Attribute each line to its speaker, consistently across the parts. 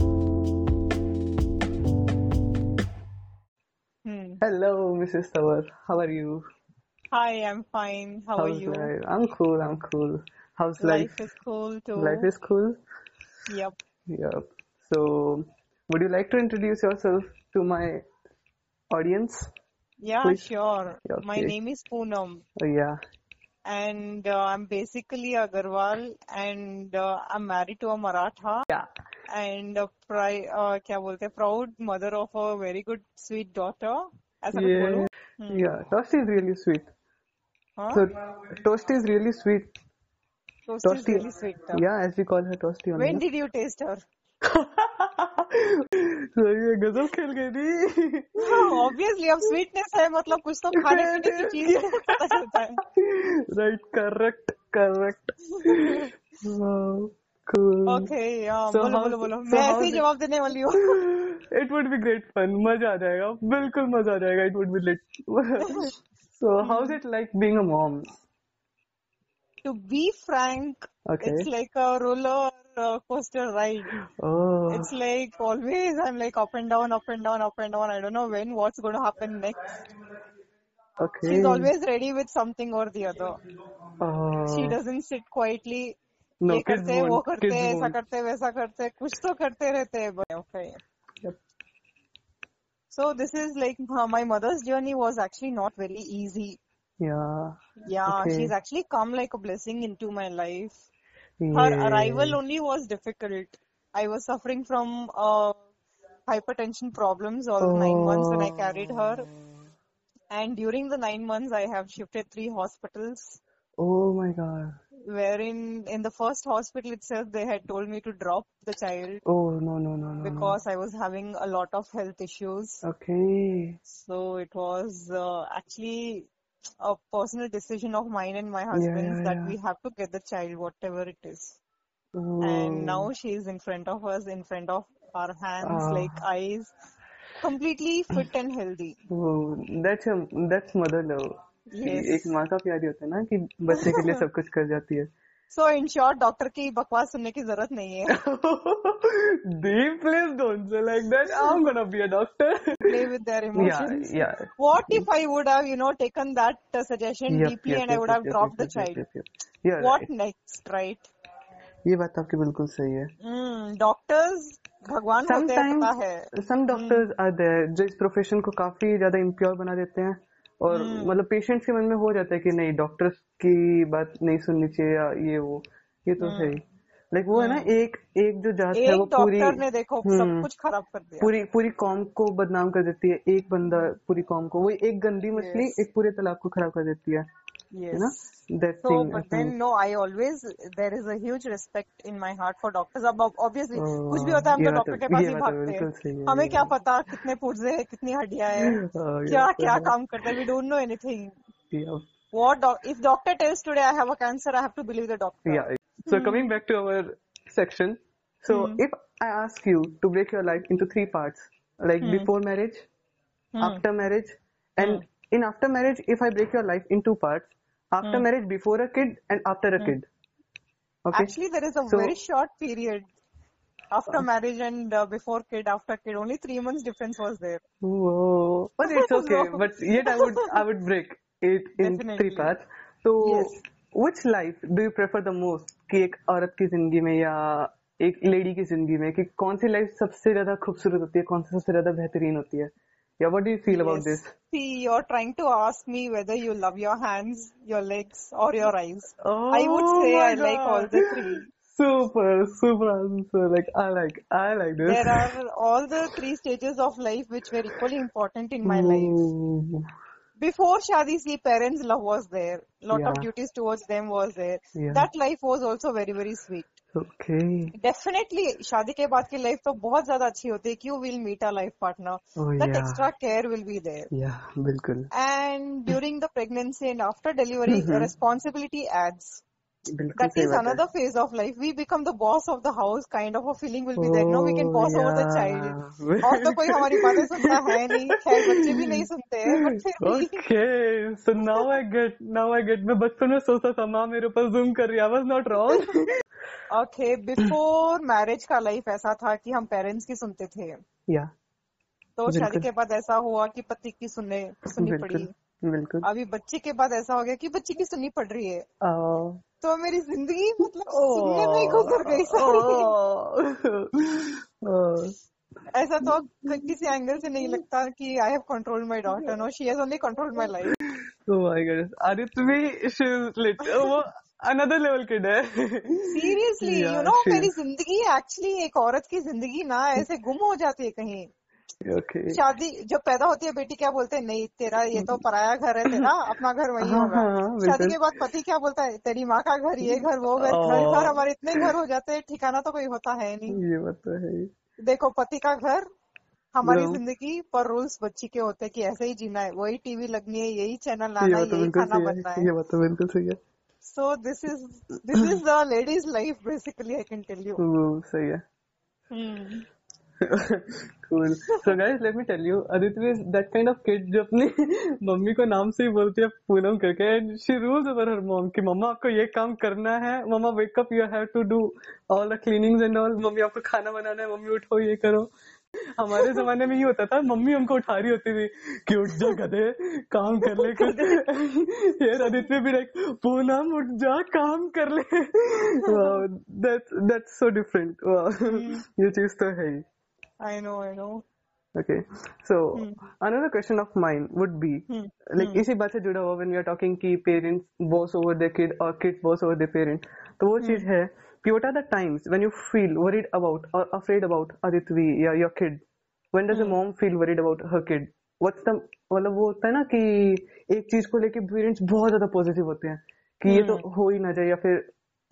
Speaker 1: Hmm.
Speaker 2: Hello, Mrs. Tawar. How are you?
Speaker 1: Hi, I'm fine. How are
Speaker 2: How's
Speaker 1: you?
Speaker 2: life? I'm cool. I'm cool. How's life?
Speaker 1: Life is cool too.
Speaker 2: Life is cool.
Speaker 1: Yep.
Speaker 2: Yeah. So, would you like to introduce yourself to my audience?
Speaker 1: Yeah,
Speaker 2: Please.
Speaker 1: sure.
Speaker 2: Yeah,
Speaker 1: My
Speaker 2: please.
Speaker 1: name is Poonam
Speaker 2: Oh, yeah.
Speaker 1: and uh, I'm basically Agarwal and uh, I'm married to a Maratha
Speaker 2: Yeah.
Speaker 1: and a pri- uh, क्या बोलते हैं proud mother of a very good sweet daughter. ऐसा कुछ
Speaker 2: Yeah.
Speaker 1: बोलूं?
Speaker 2: Yeah. Toasty is really sweet.
Speaker 1: हाँ?
Speaker 2: So, Toasty is really sweet.
Speaker 1: Toast is
Speaker 2: Toasty.
Speaker 1: really sweet. huh?
Speaker 2: Yeah, as we call her Toasty only.
Speaker 1: When
Speaker 2: na?
Speaker 1: did you taste her?
Speaker 2: तो ये गजब खेल गई थी
Speaker 1: Obviously, अब sweetness है मतलब कुछ तो खाने पीने की चीज से तो पता चलता है.
Speaker 2: Right, correct, correct. Wow, cool.
Speaker 1: Okay, yeah,
Speaker 2: So
Speaker 1: बोलो
Speaker 2: how's
Speaker 1: बोलो बोलो
Speaker 2: so
Speaker 1: मैं ऐसे
Speaker 2: how's
Speaker 1: ही जवाब देने वाली हूँ
Speaker 2: it would be great fun. मजा आ जाएगा, बिल्कुल मजा आ जाएगा. It would be lit. So how's it like being a mom?
Speaker 1: To be frank,
Speaker 2: Okay.
Speaker 1: it's like a roller uh, coaster ride.
Speaker 2: Oh,
Speaker 1: It's like always I'm like up and down, up and down, up and down. I don't know when, what's going to happen next. She's
Speaker 2: okay.
Speaker 1: always ready with something or the other. She
Speaker 2: Oh,
Speaker 1: doesn't sit quietly.
Speaker 2: no,
Speaker 1: ये
Speaker 2: kids
Speaker 1: करते हैं वो
Speaker 2: won't.
Speaker 1: करते
Speaker 2: Kids
Speaker 1: हैं ऐसा
Speaker 2: won't.
Speaker 1: करते हैं वैसा करते हैं कुछ तो करते रहते हैं but okay.
Speaker 2: Yep.
Speaker 1: So this is like my mother's journey was actually not very easy.
Speaker 2: Yeah.
Speaker 1: Yeah,
Speaker 2: Okay.
Speaker 1: she's actually come like a blessing into my life. Her
Speaker 2: Yeah.
Speaker 1: arrival only was difficult. I was suffering from uh, hypertension problems all nine months when I carried her,
Speaker 2: Oh.
Speaker 1: and during the nine months, I have shifted three hospitals.
Speaker 2: Oh my God.
Speaker 1: Wherein, in the first hospital itself, they had told me to drop the child
Speaker 2: Oh no no no no no.
Speaker 1: because I was having a lot of health issues.
Speaker 2: Okay.
Speaker 1: So it was uh, actually a personal decision of mine and my
Speaker 2: Yeah
Speaker 1: husband's
Speaker 2: yeah
Speaker 1: that
Speaker 2: yeah.
Speaker 1: we have to get the child, whatever it is. and
Speaker 2: Oh.
Speaker 1: now she is in front of us, in front of our hands,
Speaker 2: Ah.
Speaker 1: like eyes, completely fit and healthy.
Speaker 2: Oh, that's a that's mother love. कि एक
Speaker 1: Yes.
Speaker 2: माँ का प्यार ही होता है ना कि बच्चे के लिए सब कुछ कर जाती है
Speaker 1: So in short, डॉक्टर की बकवास सुनने की जरूरत नहीं है.
Speaker 2: Deep, please don't say like that. I'm gonna be a doctor.
Speaker 1: Play with their
Speaker 2: Yeah,
Speaker 1: emotions.
Speaker 2: yeah.
Speaker 1: What if I would have, you know, taken that uh, suggestion
Speaker 2: Yep,
Speaker 1: deeply
Speaker 2: yep,
Speaker 1: and I
Speaker 2: yep,
Speaker 1: would
Speaker 2: yep,
Speaker 1: have
Speaker 2: yep, yep,
Speaker 1: dropped the
Speaker 2: yep, yep,
Speaker 1: child?
Speaker 2: yep, yep. You're
Speaker 1: What
Speaker 2: right.
Speaker 1: next, right?
Speaker 2: ये बात आपकी बिल्कुल सही है.
Speaker 1: हम्म, doctors भगवान होते हैं
Speaker 2: sometimes
Speaker 1: पता तो है.
Speaker 2: some
Speaker 1: हम्म,
Speaker 2: doctors are there जो इस प्रोफेशन को काफी ज्यादा इम्प्योर बना देते हैं और
Speaker 1: हम्म,
Speaker 2: मतलब पेशेंट्स के मन में हो जाता है कि नहीं डॉक्टर्स की बात नहीं सुननी चाहिए या ये वो ये तो है
Speaker 1: हम्म,
Speaker 2: लाइक वो है ना
Speaker 1: हम्म.
Speaker 2: एक एक जो जात है वो
Speaker 1: एक
Speaker 2: पूरी
Speaker 1: डॉक्टर ने देखो सब
Speaker 2: हम्म
Speaker 1: कुछ खराब कर दिया.
Speaker 2: पूरी पूरी कौम को बदनाम कर देती है एक बंदा पूरी कौम को वही एक गंदी मछली
Speaker 1: Yes.
Speaker 2: एक पूरे तालाब को खराब कर देती है you know
Speaker 1: Yes.
Speaker 2: That
Speaker 1: So,
Speaker 2: thing
Speaker 1: but then no, I always there is a huge respect in my heart for doctors. अब अब- obviously
Speaker 2: Oh,
Speaker 1: कुछ भी होता है हम
Speaker 2: ये बात
Speaker 1: तो डॉक्टर के
Speaker 2: तो-
Speaker 1: पास
Speaker 2: ये
Speaker 1: ही
Speaker 2: बात तो
Speaker 1: भागते हैं
Speaker 2: बिल्कुल सही है
Speaker 1: हमें
Speaker 2: ये
Speaker 1: क्या पता कितने पुर्जे हैं कितनी हड्डियां हैं
Speaker 2: हाँ, ये
Speaker 1: क्या
Speaker 2: तो
Speaker 1: क्या
Speaker 2: है
Speaker 1: काम करते हैं we don't know anything
Speaker 2: Yeah.
Speaker 1: What if doctor tells today I have a cancer I have to believe the doctor
Speaker 2: Yeah. So coming back to our section. So
Speaker 1: हम्म
Speaker 2: if I ask you to break your life into three parts, like
Speaker 1: हम्म
Speaker 2: before marriage,
Speaker 1: हम्म
Speaker 2: after marriage, and
Speaker 1: हम्म
Speaker 2: in after marriage, if I break your life in two parts, after
Speaker 1: हम्म
Speaker 2: marriage, before a kid, and after a
Speaker 1: हम्म
Speaker 2: kid. Okay.
Speaker 1: Actually there is a very
Speaker 2: So
Speaker 1: short period after
Speaker 2: uh,
Speaker 1: marriage and before kid after kid only three months difference was there
Speaker 2: whoa, but it's okay.
Speaker 1: so
Speaker 2: But yet I would I would break it in three
Speaker 1: definitely
Speaker 2: parts. So
Speaker 1: yes
Speaker 2: which life do you prefer the most? कि एक औरत की जिंदगी में या एक lady की जिंदगी में कि कौन सी लाइफ सबसे ज्यादा खूबसूरत होती है कौन सी सबसे ज्यादा बेहतरीन होती है या what do you feel about
Speaker 1: Yes.
Speaker 2: This
Speaker 1: See, you're trying to ask me whether you love your hands, your legs, or your eyes. I would
Speaker 2: Oh
Speaker 1: say
Speaker 2: my
Speaker 1: I like all
Speaker 2: god!
Speaker 1: the three.
Speaker 2: Super, super answer. Like I like, I like this.
Speaker 1: There are all the three stages of life which were equally important in my life.
Speaker 2: Ooh,
Speaker 1: Before Shadi, see, parents' love was there. Lot of
Speaker 2: yeah,
Speaker 1: duties towards them was there.
Speaker 2: yeah.
Speaker 1: That life was also very, very sweet.
Speaker 2: Okay.
Speaker 1: Definitely शादी के बाद की life तो बहुत ज्यादा अच्छी होती है क्यों will meet a life partner
Speaker 2: Oh
Speaker 1: that
Speaker 2: yeah,
Speaker 1: extra care will be there
Speaker 2: yeah. बिल्कुल.
Speaker 1: and during the pregnancy and after delivery
Speaker 2: हम्म
Speaker 1: responsibility adds
Speaker 2: बिल्कुल
Speaker 1: that
Speaker 2: सही
Speaker 1: is
Speaker 2: बात है.
Speaker 1: another phase of life we become the boss of the house kind of a feeling will be there no we can
Speaker 2: Oh
Speaker 1: boss over the child
Speaker 2: yeah.
Speaker 1: और तो कोई हमारी बातें सुनता है नहीं खैर बच्चे भी नहीं सुनते हैं बट फिर भी
Speaker 2: Okay, so now I get, now I get. मैं बचपन में सोचता था माँ मेरे ऊपर जूम कर रही है. I was not wrong.
Speaker 1: Okay before marriage का लाइफ ऐसा था कि हम पेरेंट्स की सुनते थे
Speaker 2: Yeah.
Speaker 1: तो शादी
Speaker 2: बिल्कुल।
Speaker 1: के बाद ऐसा हुआ कि पति की सुनने सुननी पड़ी
Speaker 2: बिल्कुल बिल्कुल
Speaker 1: अभी बच्चे के बाद ऐसा हो गया कि बच्चे की सुननी पड़ रही है
Speaker 2: अह,
Speaker 1: तो मेरी जिंदगी मतलब सुनने में ही
Speaker 2: Oh,
Speaker 1: गुजर गई सारी
Speaker 2: अह,
Speaker 1: ऐसा तो अब किसी एंगल से नहीं लगता कि I have control my daughter no she has only control my life
Speaker 2: oh my goodness. Aditya भी she is lit- वो another level kid है
Speaker 1: seriously
Speaker 2: Yeah,
Speaker 1: you know
Speaker 2: she
Speaker 1: मेरी
Speaker 2: is.
Speaker 1: जिंदगी एक्चुअली एक औरत की जिंदगी ना ऐसे गुम हो जाती है कहीं
Speaker 2: Okay.
Speaker 1: शादी जब पैदा होती है बेटी क्या बोलते हैं नहीं तेरा ये तो पराया घर है तेरा अपना घर वही
Speaker 2: हाँ,
Speaker 1: होगा
Speaker 2: हाँ, बिल्कुल।
Speaker 1: शादी के बाद पति क्या बोलता है तेरी माँ का घर ये घर वो घर
Speaker 2: Oh.
Speaker 1: घर घर हमारे इतने घर हो जाते हैं ठिकाना तो कोई होता है नहीं
Speaker 2: ये बात तो है ही।
Speaker 1: देखो पति का घर हमारी
Speaker 2: हाँ।
Speaker 1: जिंदगी पर रूल्स बच्ची के होते हैं कि ऐसे ही जीना है वही टीवी लगनी है यही
Speaker 2: ये
Speaker 1: चैनल आना है
Speaker 2: बात तो
Speaker 1: यही
Speaker 2: बिल्कुल
Speaker 1: खाना
Speaker 2: सही
Speaker 1: बनना
Speaker 2: है
Speaker 1: है
Speaker 2: ये बात तो बिल्कुल सही है
Speaker 1: so this is this is the ladies life basically I can tell you
Speaker 2: वो सही है Hmm. cool so guys let me tell you aditya is that kind of kid जो अपनी मम्मी को नाम से ही बोलती है पूनम करके and she rules over her mom कि मम्मा आपको ये काम करना है मम्मा wake up you have to do all the cleanings and all mummy आपको खाना बनाना है मम्मी उठो ये करो हमारे जमाने में ये होता था मम्मी हमको उठा रही होती थी कि उठ जा गधे काम कर ले कुछ यार आदित्य भी लाइक पूनम उठ जा काम कर ले दैट्स दैट्स सो डिफरेंट ये चीज तो है ही
Speaker 1: I know I know
Speaker 2: Okay. So another question of mine would be like इसी बात से जुड़ा हुआ when we are talking कि parents boss over their kid or kids boss over their parent तो वो चीज है कि what are the times when you feel worried about or afraid about Aditvi या your kid when does a mom feel worried about her kid what's the मतलब वो होता है ना कि एक चीज को लेके पेरेंट्स बहुत ज्यादा पॉजिटिव होते हैं कि ये तो हो ही ना जाए या फिर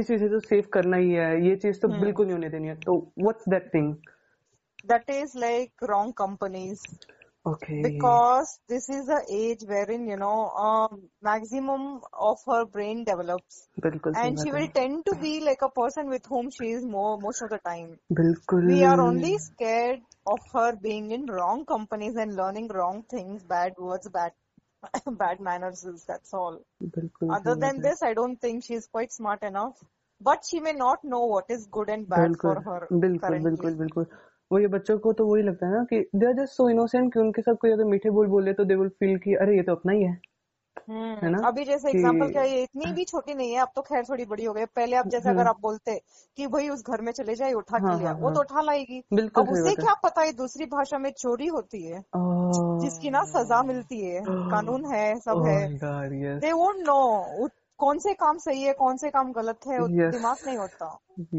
Speaker 2: इस चीज से तो सेव करना ही है ये चीज तो बिल्कुल नहीं होने देनी है तो what's that thing
Speaker 1: that is like wrong companies
Speaker 2: okay
Speaker 1: because this is the age wherein you know um, maximum of her brain develops
Speaker 2: बिल्कुल सही
Speaker 1: and she
Speaker 2: बात
Speaker 1: will tend to be like a person with whom she is more most of the time
Speaker 2: है। बिल्कुल
Speaker 1: we are only scared of her being in wrong companies and learning wrong things bad words bad bad manners that's all
Speaker 2: बिल्कुल
Speaker 1: other
Speaker 2: सही
Speaker 1: than
Speaker 2: बात है।
Speaker 1: this i don't think she is quite smart enough but she may not know what is good and bad
Speaker 2: बिल्कुल
Speaker 1: for her
Speaker 2: बिल्कुल
Speaker 1: currently.
Speaker 2: बिल्कुल बिल्कुल वही बच्चों को तो वही लगता है ना कि they are just so innocent कि उनके साथ कोई अगर मीठे बोल बोले तो दे विल फील कि अरे ये तो अपना ही है है ना?
Speaker 1: हम्म अभी जैसे
Speaker 2: कि-
Speaker 1: एग्जांपल क्या ये इतनी भी छोटी नहीं है अब तो खैर थोड़ी बड़ी हो गई पहले आप जैसे अगर आप बोलते कि भाई उस घर में चले जाए उठा
Speaker 2: हाँ,
Speaker 1: के लिया
Speaker 2: हाँ,
Speaker 1: वो
Speaker 2: हाँ।
Speaker 1: तो उठा लाएगी
Speaker 2: बिल्कुल
Speaker 1: अब
Speaker 2: सही
Speaker 1: उसे
Speaker 2: बात है।
Speaker 1: क्या पता है दूसरी भाषा में चोरी होती है जिसकी ना सजा मिलती है कानून है सब है
Speaker 2: god yes
Speaker 1: they won't know कौन से काम सही है कौन से काम गलत है उत-
Speaker 2: Yes.
Speaker 1: दिमाग नहीं होता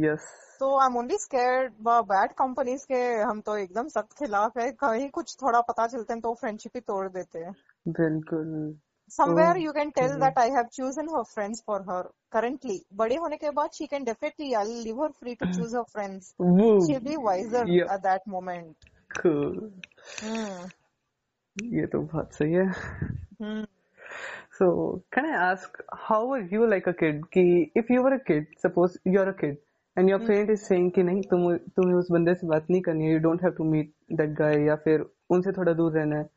Speaker 2: यस
Speaker 1: तो I am only scared bad companies के हम तो एकदम सख्त खिलाफ है कहीं कुछ थोड़ा पता चलते हैं तो फ्रेंडशिप ही तोड़ देते हैं
Speaker 2: बिल्कुल
Speaker 1: somewhere you can tell
Speaker 2: mm-hmm.
Speaker 1: that I have chosen her friends for her currently. बड़े होने के बाद she can definitely I'll leave her free to choose her friends.
Speaker 2: वो
Speaker 1: She'll be wiser
Speaker 2: Yeah.
Speaker 1: at that moment.
Speaker 2: cool.
Speaker 1: Hmm.
Speaker 2: ये तो बात सही है
Speaker 1: Hmm.
Speaker 2: So, can I ask, how were you like a kid? कि if you were a kid, suppose you're a kid, and
Speaker 1: Hmm.
Speaker 2: your parent is saying कि नहीं तुम तुम्हें उस बंदे से बात नहीं करनी है, you don't have to meet that guy, या फिर उनसे थोड़ा दूर रहना है,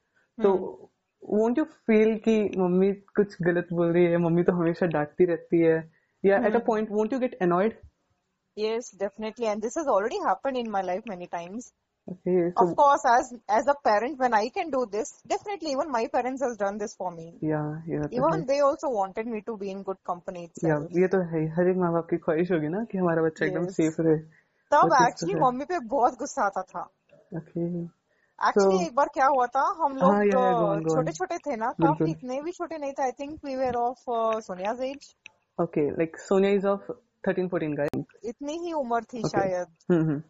Speaker 2: तो
Speaker 1: Hmm.
Speaker 2: won't you feel कि मम्मी कुछ गलत बोल रही है, मम्मी तो हमेशा डांटती रहती है, या at
Speaker 1: Hmm.
Speaker 2: a point won't you get annoyed?
Speaker 1: Yes, definitely. And this has already happened in my life many times.
Speaker 2: Okay, so
Speaker 1: Of course, as as a parent, when I can do this, definitely even my parents has done this for me.
Speaker 2: yeah, yeah, तो है,
Speaker 1: Even they also wanted me to be in good company
Speaker 2: Mm-hmm. yeah,
Speaker 1: itself.
Speaker 2: ये तो है, ही, हर एक माँ बाप की ख्वाहिश होगी ना कि हमारा बच्चा एकदम
Speaker 1: Yes.
Speaker 2: सेफ रहे, वो
Speaker 1: तब
Speaker 2: चीज़ तो
Speaker 1: एक्चुअली
Speaker 2: है,
Speaker 1: मम्मी पे बहुत गुस्सा आता था
Speaker 2: okay,
Speaker 1: एक्चुअली
Speaker 2: So-
Speaker 1: एक बार क्या हुआ था हम लोग
Speaker 2: तो हाँ, yeah, yeah, go on, go on.
Speaker 1: छोटे छोटे थे ना
Speaker 2: बिल्कुल।
Speaker 1: काफी इतने भी छोटे नहीं थे I think we were of Sonia's age
Speaker 2: Okay, like Sonia is of 13, 14, guys.
Speaker 1: इतनी ही उम्र थी
Speaker 2: Okay.
Speaker 1: शायद
Speaker 2: Mm-hmm.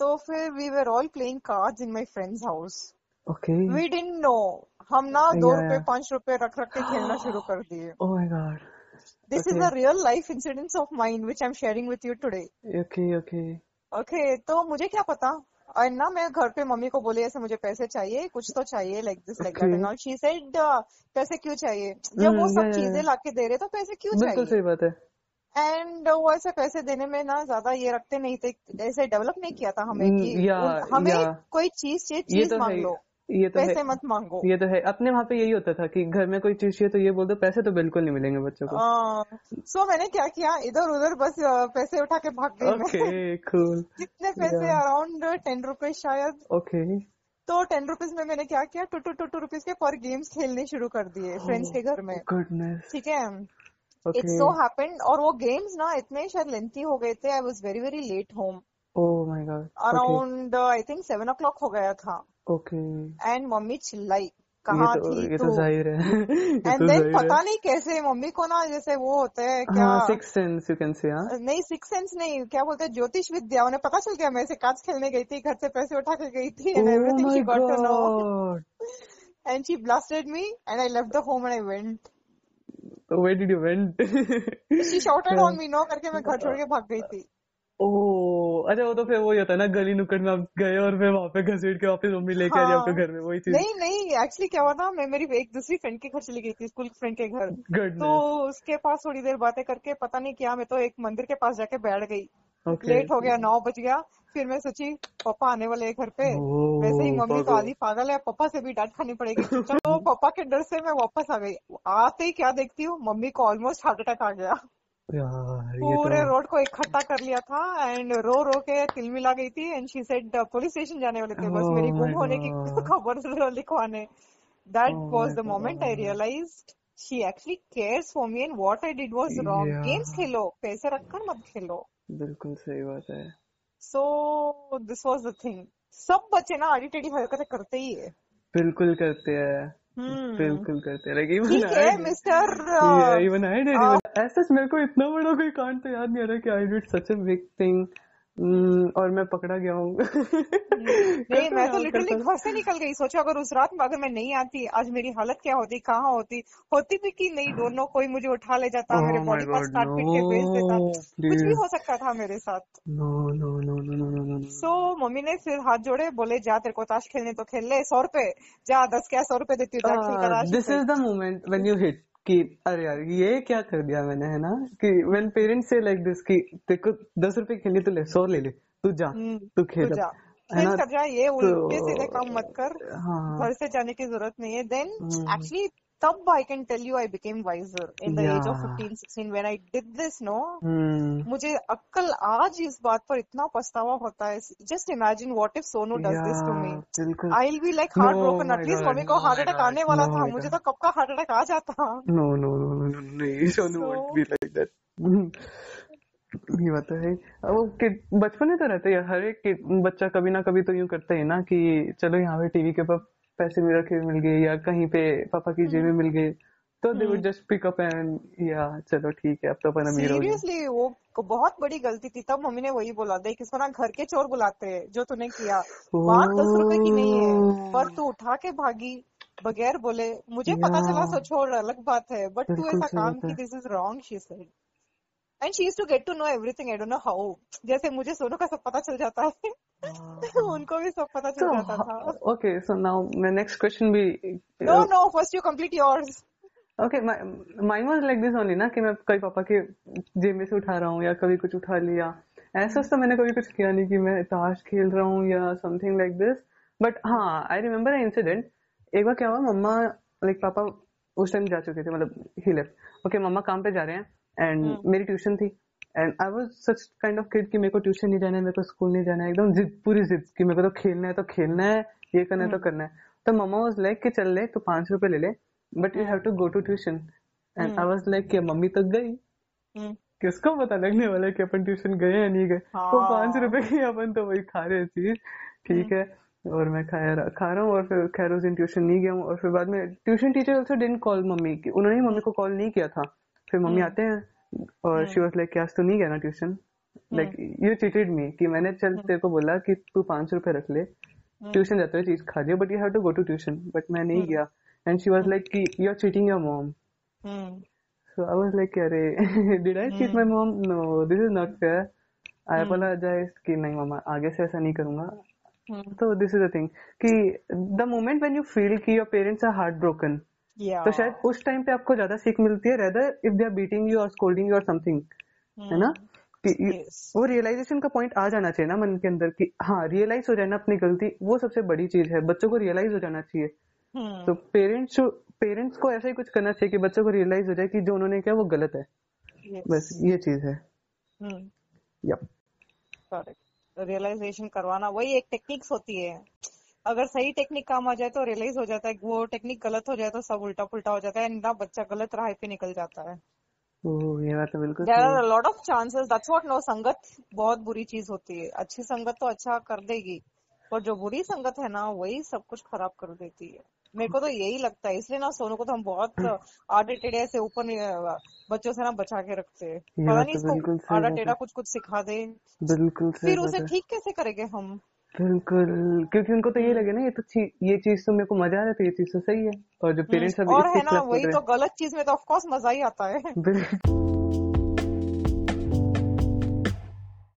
Speaker 1: तो फिर we were all playing cards in my friends house
Speaker 2: Okay.
Speaker 1: We didn't know हम ना दो
Speaker 2: Hmm। Yeah,
Speaker 1: रुपए
Speaker 2: yeah.
Speaker 1: पांच रुपए रख रख के खेलना शुरू कर दिए
Speaker 2: Oh my god.
Speaker 1: This is a real life incidents of mind which I am sharing with you today
Speaker 2: Okay, okay.
Speaker 1: Okay तो मुझे क्या पता और ना मैं घर पे मम्मी को बोली ऐसे मुझे पैसे चाहिए कुछ तो चाहिए like this like that and all she said "हाँ, पैसे क्यों चाहिए जब वो
Speaker 2: Hmm,
Speaker 1: सब
Speaker 2: yeah, yeah,
Speaker 1: चीजें
Speaker 2: yeah.
Speaker 1: लाके दे रहे तो पैसे क्यों
Speaker 2: बिल्कुल
Speaker 1: चाहिए
Speaker 2: सही बात है
Speaker 1: एंड वो ऐसे पैसे देने में ना ज्यादा ये रखते नहीं थे ऐसे डेवलप नहीं किया था हमें
Speaker 2: Hmm,
Speaker 1: कि
Speaker 2: yeah,
Speaker 1: उन- हमें
Speaker 2: yeah.
Speaker 1: कोई चीज चाहिए
Speaker 2: ये
Speaker 1: चीज
Speaker 2: तो है
Speaker 1: मांग
Speaker 2: ही।
Speaker 1: लो
Speaker 2: ये तो है
Speaker 1: पैसे मत मांगो
Speaker 2: ये तो है अपने वहां पे यही होता था कि घर में कोई चीज चाहिए तो ये बोल दो पैसे तो बिल्कुल नहीं मिलेंगे बच्चों को
Speaker 1: सो हाँ, मैंने क्या किया इधर उधर बस अ, पैसे उठा के भाग गई मैं
Speaker 2: ओके कूल
Speaker 1: कितने पैसे
Speaker 2: Yeah.
Speaker 1: अराउंड टेन रुपीज शायद
Speaker 2: ओके
Speaker 1: तो टेन रुपीज में मैंने क्या किया two two two two rupees के पर गेम्स खेलने शुरू कर दिए
Speaker 2: Oh.
Speaker 1: फ्रेंड्स के घर में
Speaker 2: गुडनेस
Speaker 1: ठीक है
Speaker 2: ओके
Speaker 1: इट्स सो हैपेंड और वो गेम्स ना इतने शायद लेंथी हो गए थे I was very very late home
Speaker 2: oh my god
Speaker 1: around I think seven o'clock हो गया था
Speaker 2: ओके
Speaker 1: एंड मम्मी चिल्लाई
Speaker 2: ये
Speaker 1: कहाँ
Speaker 2: तो
Speaker 1: थी
Speaker 2: ये
Speaker 1: तू
Speaker 2: तो जाहिर है ये
Speaker 1: एंड
Speaker 2: तो
Speaker 1: देन
Speaker 2: जाहिर
Speaker 1: पता
Speaker 2: है
Speaker 1: नहीं कैसे मम्मी को ना जैसे वो होते हैं
Speaker 2: हाँ
Speaker 1: क्या
Speaker 2: six sense you can say हाँ
Speaker 1: नहीं सिक्स सेंस नहीं क्या बोलते हैं ज्योतिष विद्या उन्हें पता चल गया मैं ऐसे कार्ड्स खेलने गई थी घर से पैसे उठा के गई थी and
Speaker 2: oh
Speaker 1: everything
Speaker 2: my
Speaker 1: she got to know
Speaker 2: god
Speaker 1: and she blasted me and I left the home and I went
Speaker 2: where did you
Speaker 1: she
Speaker 2: went
Speaker 1: shouted on me no करके मैं घर छोड़ के भाग गई थी
Speaker 2: ओह अच्छा वो तो फिर वही होता है ना गली नुक्कड़ में आप गए और फिर वहां पे घसीट के वापस मम्मी लेके आ रही है आपके
Speaker 1: हाँ।
Speaker 2: घर में वही चीज
Speaker 1: नहीं नहीं एक्चुअली क्या हुआ ना मैं मेरी एक दूसरी फ्रेंड के घर चली गई थी स्कूल फ्रेंड के घर
Speaker 2: हम्म।
Speaker 1: तो
Speaker 2: गुडनेस
Speaker 1: उसके पास थोड़ी देर बातें करके पता नहीं क्या मैं तो एक मंदिर के पास जाके बैठ गई
Speaker 2: ओके
Speaker 1: लेट हो गया नौ बज गया फिर मैं सोची पापा आने वाले हैं घर पे
Speaker 2: ओह,
Speaker 1: वैसे ही मम्मी तो
Speaker 2: पागल।
Speaker 1: आधी पागल है पापा से भी डांट खानी पड़ेगी चलो पापा के डर से मैं वापस आ गई आते ही क्या देखती हूँ मम्मी को ऑलमोस्ट हार्ट अटैक आ गया
Speaker 2: यार ये
Speaker 1: पूरे
Speaker 2: तो
Speaker 1: रोड को इकट्ठा कर लिया था एंड रो रो के तिलमिला गई थी and she said police station जाने वाले थे बस
Speaker 2: Oh
Speaker 1: मेरी गुम
Speaker 2: my
Speaker 1: होने की
Speaker 2: God.
Speaker 1: खबर लिखवाने that
Speaker 2: Oh
Speaker 1: was
Speaker 2: my
Speaker 1: the moment I
Speaker 2: God.
Speaker 1: Realise she actually cares for me and what I did was wrong
Speaker 2: Yeah.
Speaker 1: Games खेलो पैसे रखकर मत खेलो
Speaker 2: बिल्कुल सही बात है
Speaker 1: so this was the thing सब बच्चे ना आड़ी टेढ़ी हरकतें तो करते ही है
Speaker 2: बिल्कुल करते हैं
Speaker 1: हम्म
Speaker 2: बिल्कुल करते हैं लाइक इवन
Speaker 1: ठीक
Speaker 2: आई
Speaker 1: है mister
Speaker 2: did even I did even ऐसा मेरे को इतना बड़ा कोई कांड तो याद नहीं आ रहा कि I did such a big thing Hmm, और मैं पकड़ा गया हूँ
Speaker 1: तो नहीं
Speaker 2: करता
Speaker 1: मैं तो
Speaker 2: हूँ
Speaker 1: लिटरली
Speaker 2: करता हूँ
Speaker 1: घर से निकल गई सोचो अगर उस रात में अगर मैं नहीं आती आज मेरी हालत क्या होती कहाँ होती होती भी कि नहीं दोनों कोई मुझे उठा ले जाता मेरे
Speaker 2: oh my
Speaker 1: body parts
Speaker 2: god
Speaker 1: काट पीट के बेच देता
Speaker 2: नो
Speaker 1: कुछ भी
Speaker 2: प्लीज
Speaker 1: हो सकता था मेरे साथ
Speaker 2: no no no no no no no
Speaker 1: so mummy ने फिर हाथ जोड़े बोले जा तेरे को ताश खेलने तो खेल ले सौ रुपए जा दस क्या सौ रुपए देती हूँ जा खेल कर आ
Speaker 2: this is the moment when you hit कि अरे यार ये क्या कर दिया मैंने है ना कि व्हेन पेरेंट्स से लाइक दिस कि देखो दस रुपए खेलने तो ले सौ ले ले तू जा
Speaker 1: हम्म
Speaker 2: तू
Speaker 1: तू
Speaker 2: खेल अब
Speaker 1: जा
Speaker 2: है
Speaker 1: खेल
Speaker 2: ना
Speaker 1: कर जा ये उल्टे सीधे काम मत कर
Speaker 2: तो हाँ
Speaker 1: घर से जाने की जरूरत नहीं है देन
Speaker 2: हम्म,
Speaker 1: एक्चुअली तब I can tell you I became wiser in the
Speaker 2: या
Speaker 1: age of 15 16 when I did this no
Speaker 2: हम्म
Speaker 1: मुझे अक्कल आज इस बात पर इतना पछतावा होता है just imagine what if Sonu does
Speaker 2: या
Speaker 1: दिस टू मी
Speaker 2: बिल्कुल
Speaker 1: I will be like
Speaker 2: no
Speaker 1: heart broken
Speaker 2: my
Speaker 1: at least
Speaker 2: god
Speaker 1: mummy को
Speaker 2: नो
Speaker 1: हार्ट अटैक आने वाला
Speaker 2: नो
Speaker 1: था
Speaker 2: माय
Speaker 1: मुझे
Speaker 2: गॉड
Speaker 1: तो कब का हार्ट अटैक आ जाता
Speaker 2: no no no no no नहीं Sonu won't
Speaker 1: so
Speaker 2: be like that ये बात तो है ही। अब वो kid- बचपन में तो रहते ही है हर एक kid- बच्चा कभी ना कभी तो यूं करते हैं ना कि चलो यहाँ पे टीवी के ऊपर पैसे मेरा के मिल गए या कहीं पे पापा की जेब में मिल गए तो they would
Speaker 1: hmm
Speaker 2: just pick up and या चलो ठीक है अब तो अपन अमीर हो गए
Speaker 1: सीरियसली वो क- बहुत बड़ी गलती थी तब मम्मी ने वही बोला देख इसको ना घर के चोर बुलाते हैं जो तूने किया मार दस रुपए की नहीं है पर
Speaker 2: ओह
Speaker 1: तू उठा के भागी बगैर बोले मुझे
Speaker 2: या
Speaker 1: पता चला सो छोड़ अलग बात है बट तू
Speaker 2: बिल्कुल
Speaker 1: ऐसा
Speaker 2: सही
Speaker 1: काम
Speaker 2: बात
Speaker 1: की
Speaker 2: है
Speaker 1: this is wrong she said and she to get to know everything I don't know how जैसे मुझे सोनू का सब पता चल जाता है
Speaker 2: हाँ।
Speaker 1: उनको भी सब पता चल
Speaker 2: तो
Speaker 1: जाता था
Speaker 2: okay so now my next question भी
Speaker 1: no no first you complete yours
Speaker 2: okay mine was like this only ना कि मैं कभी पापा के जेब में से उठा रहा हूँ या कभी कुछ उठा लिया ऐसा तो मैंने कभी कुछ किया नहीं कि मैं ताश खेल रहा हूँ या समथिंग लाइक दिस बट हाँ आई रिमेम्बर इंसिडेंट एक बार क्या हुआ मम्मा लाइक पापा उस टाइम जा चुके थे मतलब ही लेफ्ट ओके मम्मा काम पे जा रहे हैं एंड मेरी ट्यूशन थी and I was such kind of kid कि मेरे को ट्यूशन नहीं जाना है मेरे को स्कूल नहीं जाना है एकदम जिद पूरी जिद कि मेरे को तो खेलना है तो खेलना है ये करना है तो करना है तो मम्मा वाज लाइक कि चल ले तो पांच रुपए ले ले but you have to go to tuition and I was like कि मम्मी तो गई
Speaker 1: हम्म,
Speaker 2: किसको पता लगने वाला है कि अपन ट्यूशन गए या नहीं गए वो पांच
Speaker 1: हाँ
Speaker 2: रुपए की अपन तो वही खा रहे हैं चीज ठीक
Speaker 1: हम्म
Speaker 2: है और मैं खा रहा खा रहा हूँ और फिर खैर उस दिन ट्यूशन नहीं गया हूँ और फिर बाद में tuition teacher also didn't call mummy की उन्होंने ही मम्मी को कॉल नहीं किया था फिर मम्मी
Speaker 1: हम्म
Speaker 2: आते हैं और शी
Speaker 1: हम्म
Speaker 2: वाज लाइक आज तू नहीं गया ना tuition like
Speaker 1: hmm
Speaker 2: you cheated me कि मैंने चल
Speaker 1: हम्म
Speaker 2: तेरे को बोला कि तू पांच रुपए रख ले
Speaker 1: हम्म
Speaker 2: ट्यूशन जाते हुए चीज खा लियो but you have to go to tuition but मैं नहीं
Speaker 1: हम्म
Speaker 2: गया and she was
Speaker 1: hmm
Speaker 2: like कि you are cheating your mom
Speaker 1: hmm
Speaker 2: So I was like, अरे did I cheat my
Speaker 1: hmm
Speaker 2: mom? No, this is not fair. I
Speaker 1: hmm
Speaker 2: apologize कि नहीं मामा आगे से ऐसा नहीं करूंगा
Speaker 1: हम्म
Speaker 2: तो दिस इज द थिंग कि the moment when you feel कि your parents are heart broken
Speaker 1: या
Speaker 2: तो शायद उस टाइम पे आपको ज्यादा सीख मिलती है rather if they are beating you और स्कोल्डिंग यू और समथिंग है ना
Speaker 1: हम्म
Speaker 2: कि you-
Speaker 1: यस
Speaker 2: वो रियलाइजेशन का पॉइंट आ जाना चाहिए ना मन के अंदर कि हाँ रियलाइज हो जाना अपनी गलती वो सबसे बड़ी चीज है बच्चों को रियलाइज हो जाना चाहिए तो
Speaker 1: हम्म
Speaker 2: पेरेंट्स पेरेंट्स को ऐसा ही कुछ करना चाहिए कि बच्चों को रियलाइज हो जाए कि जो उन्होंने किया वो गलत है तो बस
Speaker 1: यस
Speaker 2: ये चीज है
Speaker 1: हम्म
Speaker 2: यप
Speaker 1: करेक्ट रियलाइजेशन करवाना वही एक टेक्निक्स होती है अगर सही टेक्निक काम आ जाए तो रियलाइज हो जाता है वो टेक्निक गलत हो जाए तो सब उल्टा पुल्टा हो जाता है एंड ना बच्चा गलत राह पे निकल जाता है
Speaker 2: ओह ये बात तो बिल्कुल
Speaker 1: देर
Speaker 2: सही
Speaker 1: are lot of chances that's what no संगत बहुत बुरी चीज होती है अच्छी संगत तो अच्छा कर देगी पर जो बुरी संगत है ना वही सब कुछ खराब कर देती है मेरे को तो यही लगता है इसलिए ना सोनू को तो हम बहुत
Speaker 2: हम्म।
Speaker 1: आड़ा टेढ़े से ऊपर नहीं, अ, बच्चों से ना बचा के रखते हैं पता
Speaker 2: बात
Speaker 1: नहीं
Speaker 2: तो बिल्कुल
Speaker 1: इसको
Speaker 2: सही
Speaker 1: आड़ा
Speaker 2: बात
Speaker 1: टेढ़ा
Speaker 2: है।
Speaker 1: कुछ कुछ सिखा दे
Speaker 2: है बिल्कुल सही
Speaker 1: फिर
Speaker 2: बात
Speaker 1: उसे
Speaker 2: है
Speaker 1: ठीक कैसे करेंगे हम
Speaker 2: बिल्कुल क्योंकि उनको तो ये लगे ना ये तो ची, ये चीज तो मेरे को मजा आ रहा है तो ये चीज तो सही है और जो
Speaker 1: हम्म,
Speaker 2: पेरेंट्स अब
Speaker 1: और
Speaker 2: इसके
Speaker 1: है ना
Speaker 2: खिलाफ बोल
Speaker 1: वही
Speaker 2: रहे
Speaker 1: तो गलत चीज में तो ऑफकोर्स मजा ही आता है
Speaker 2: हैं बिल्कुल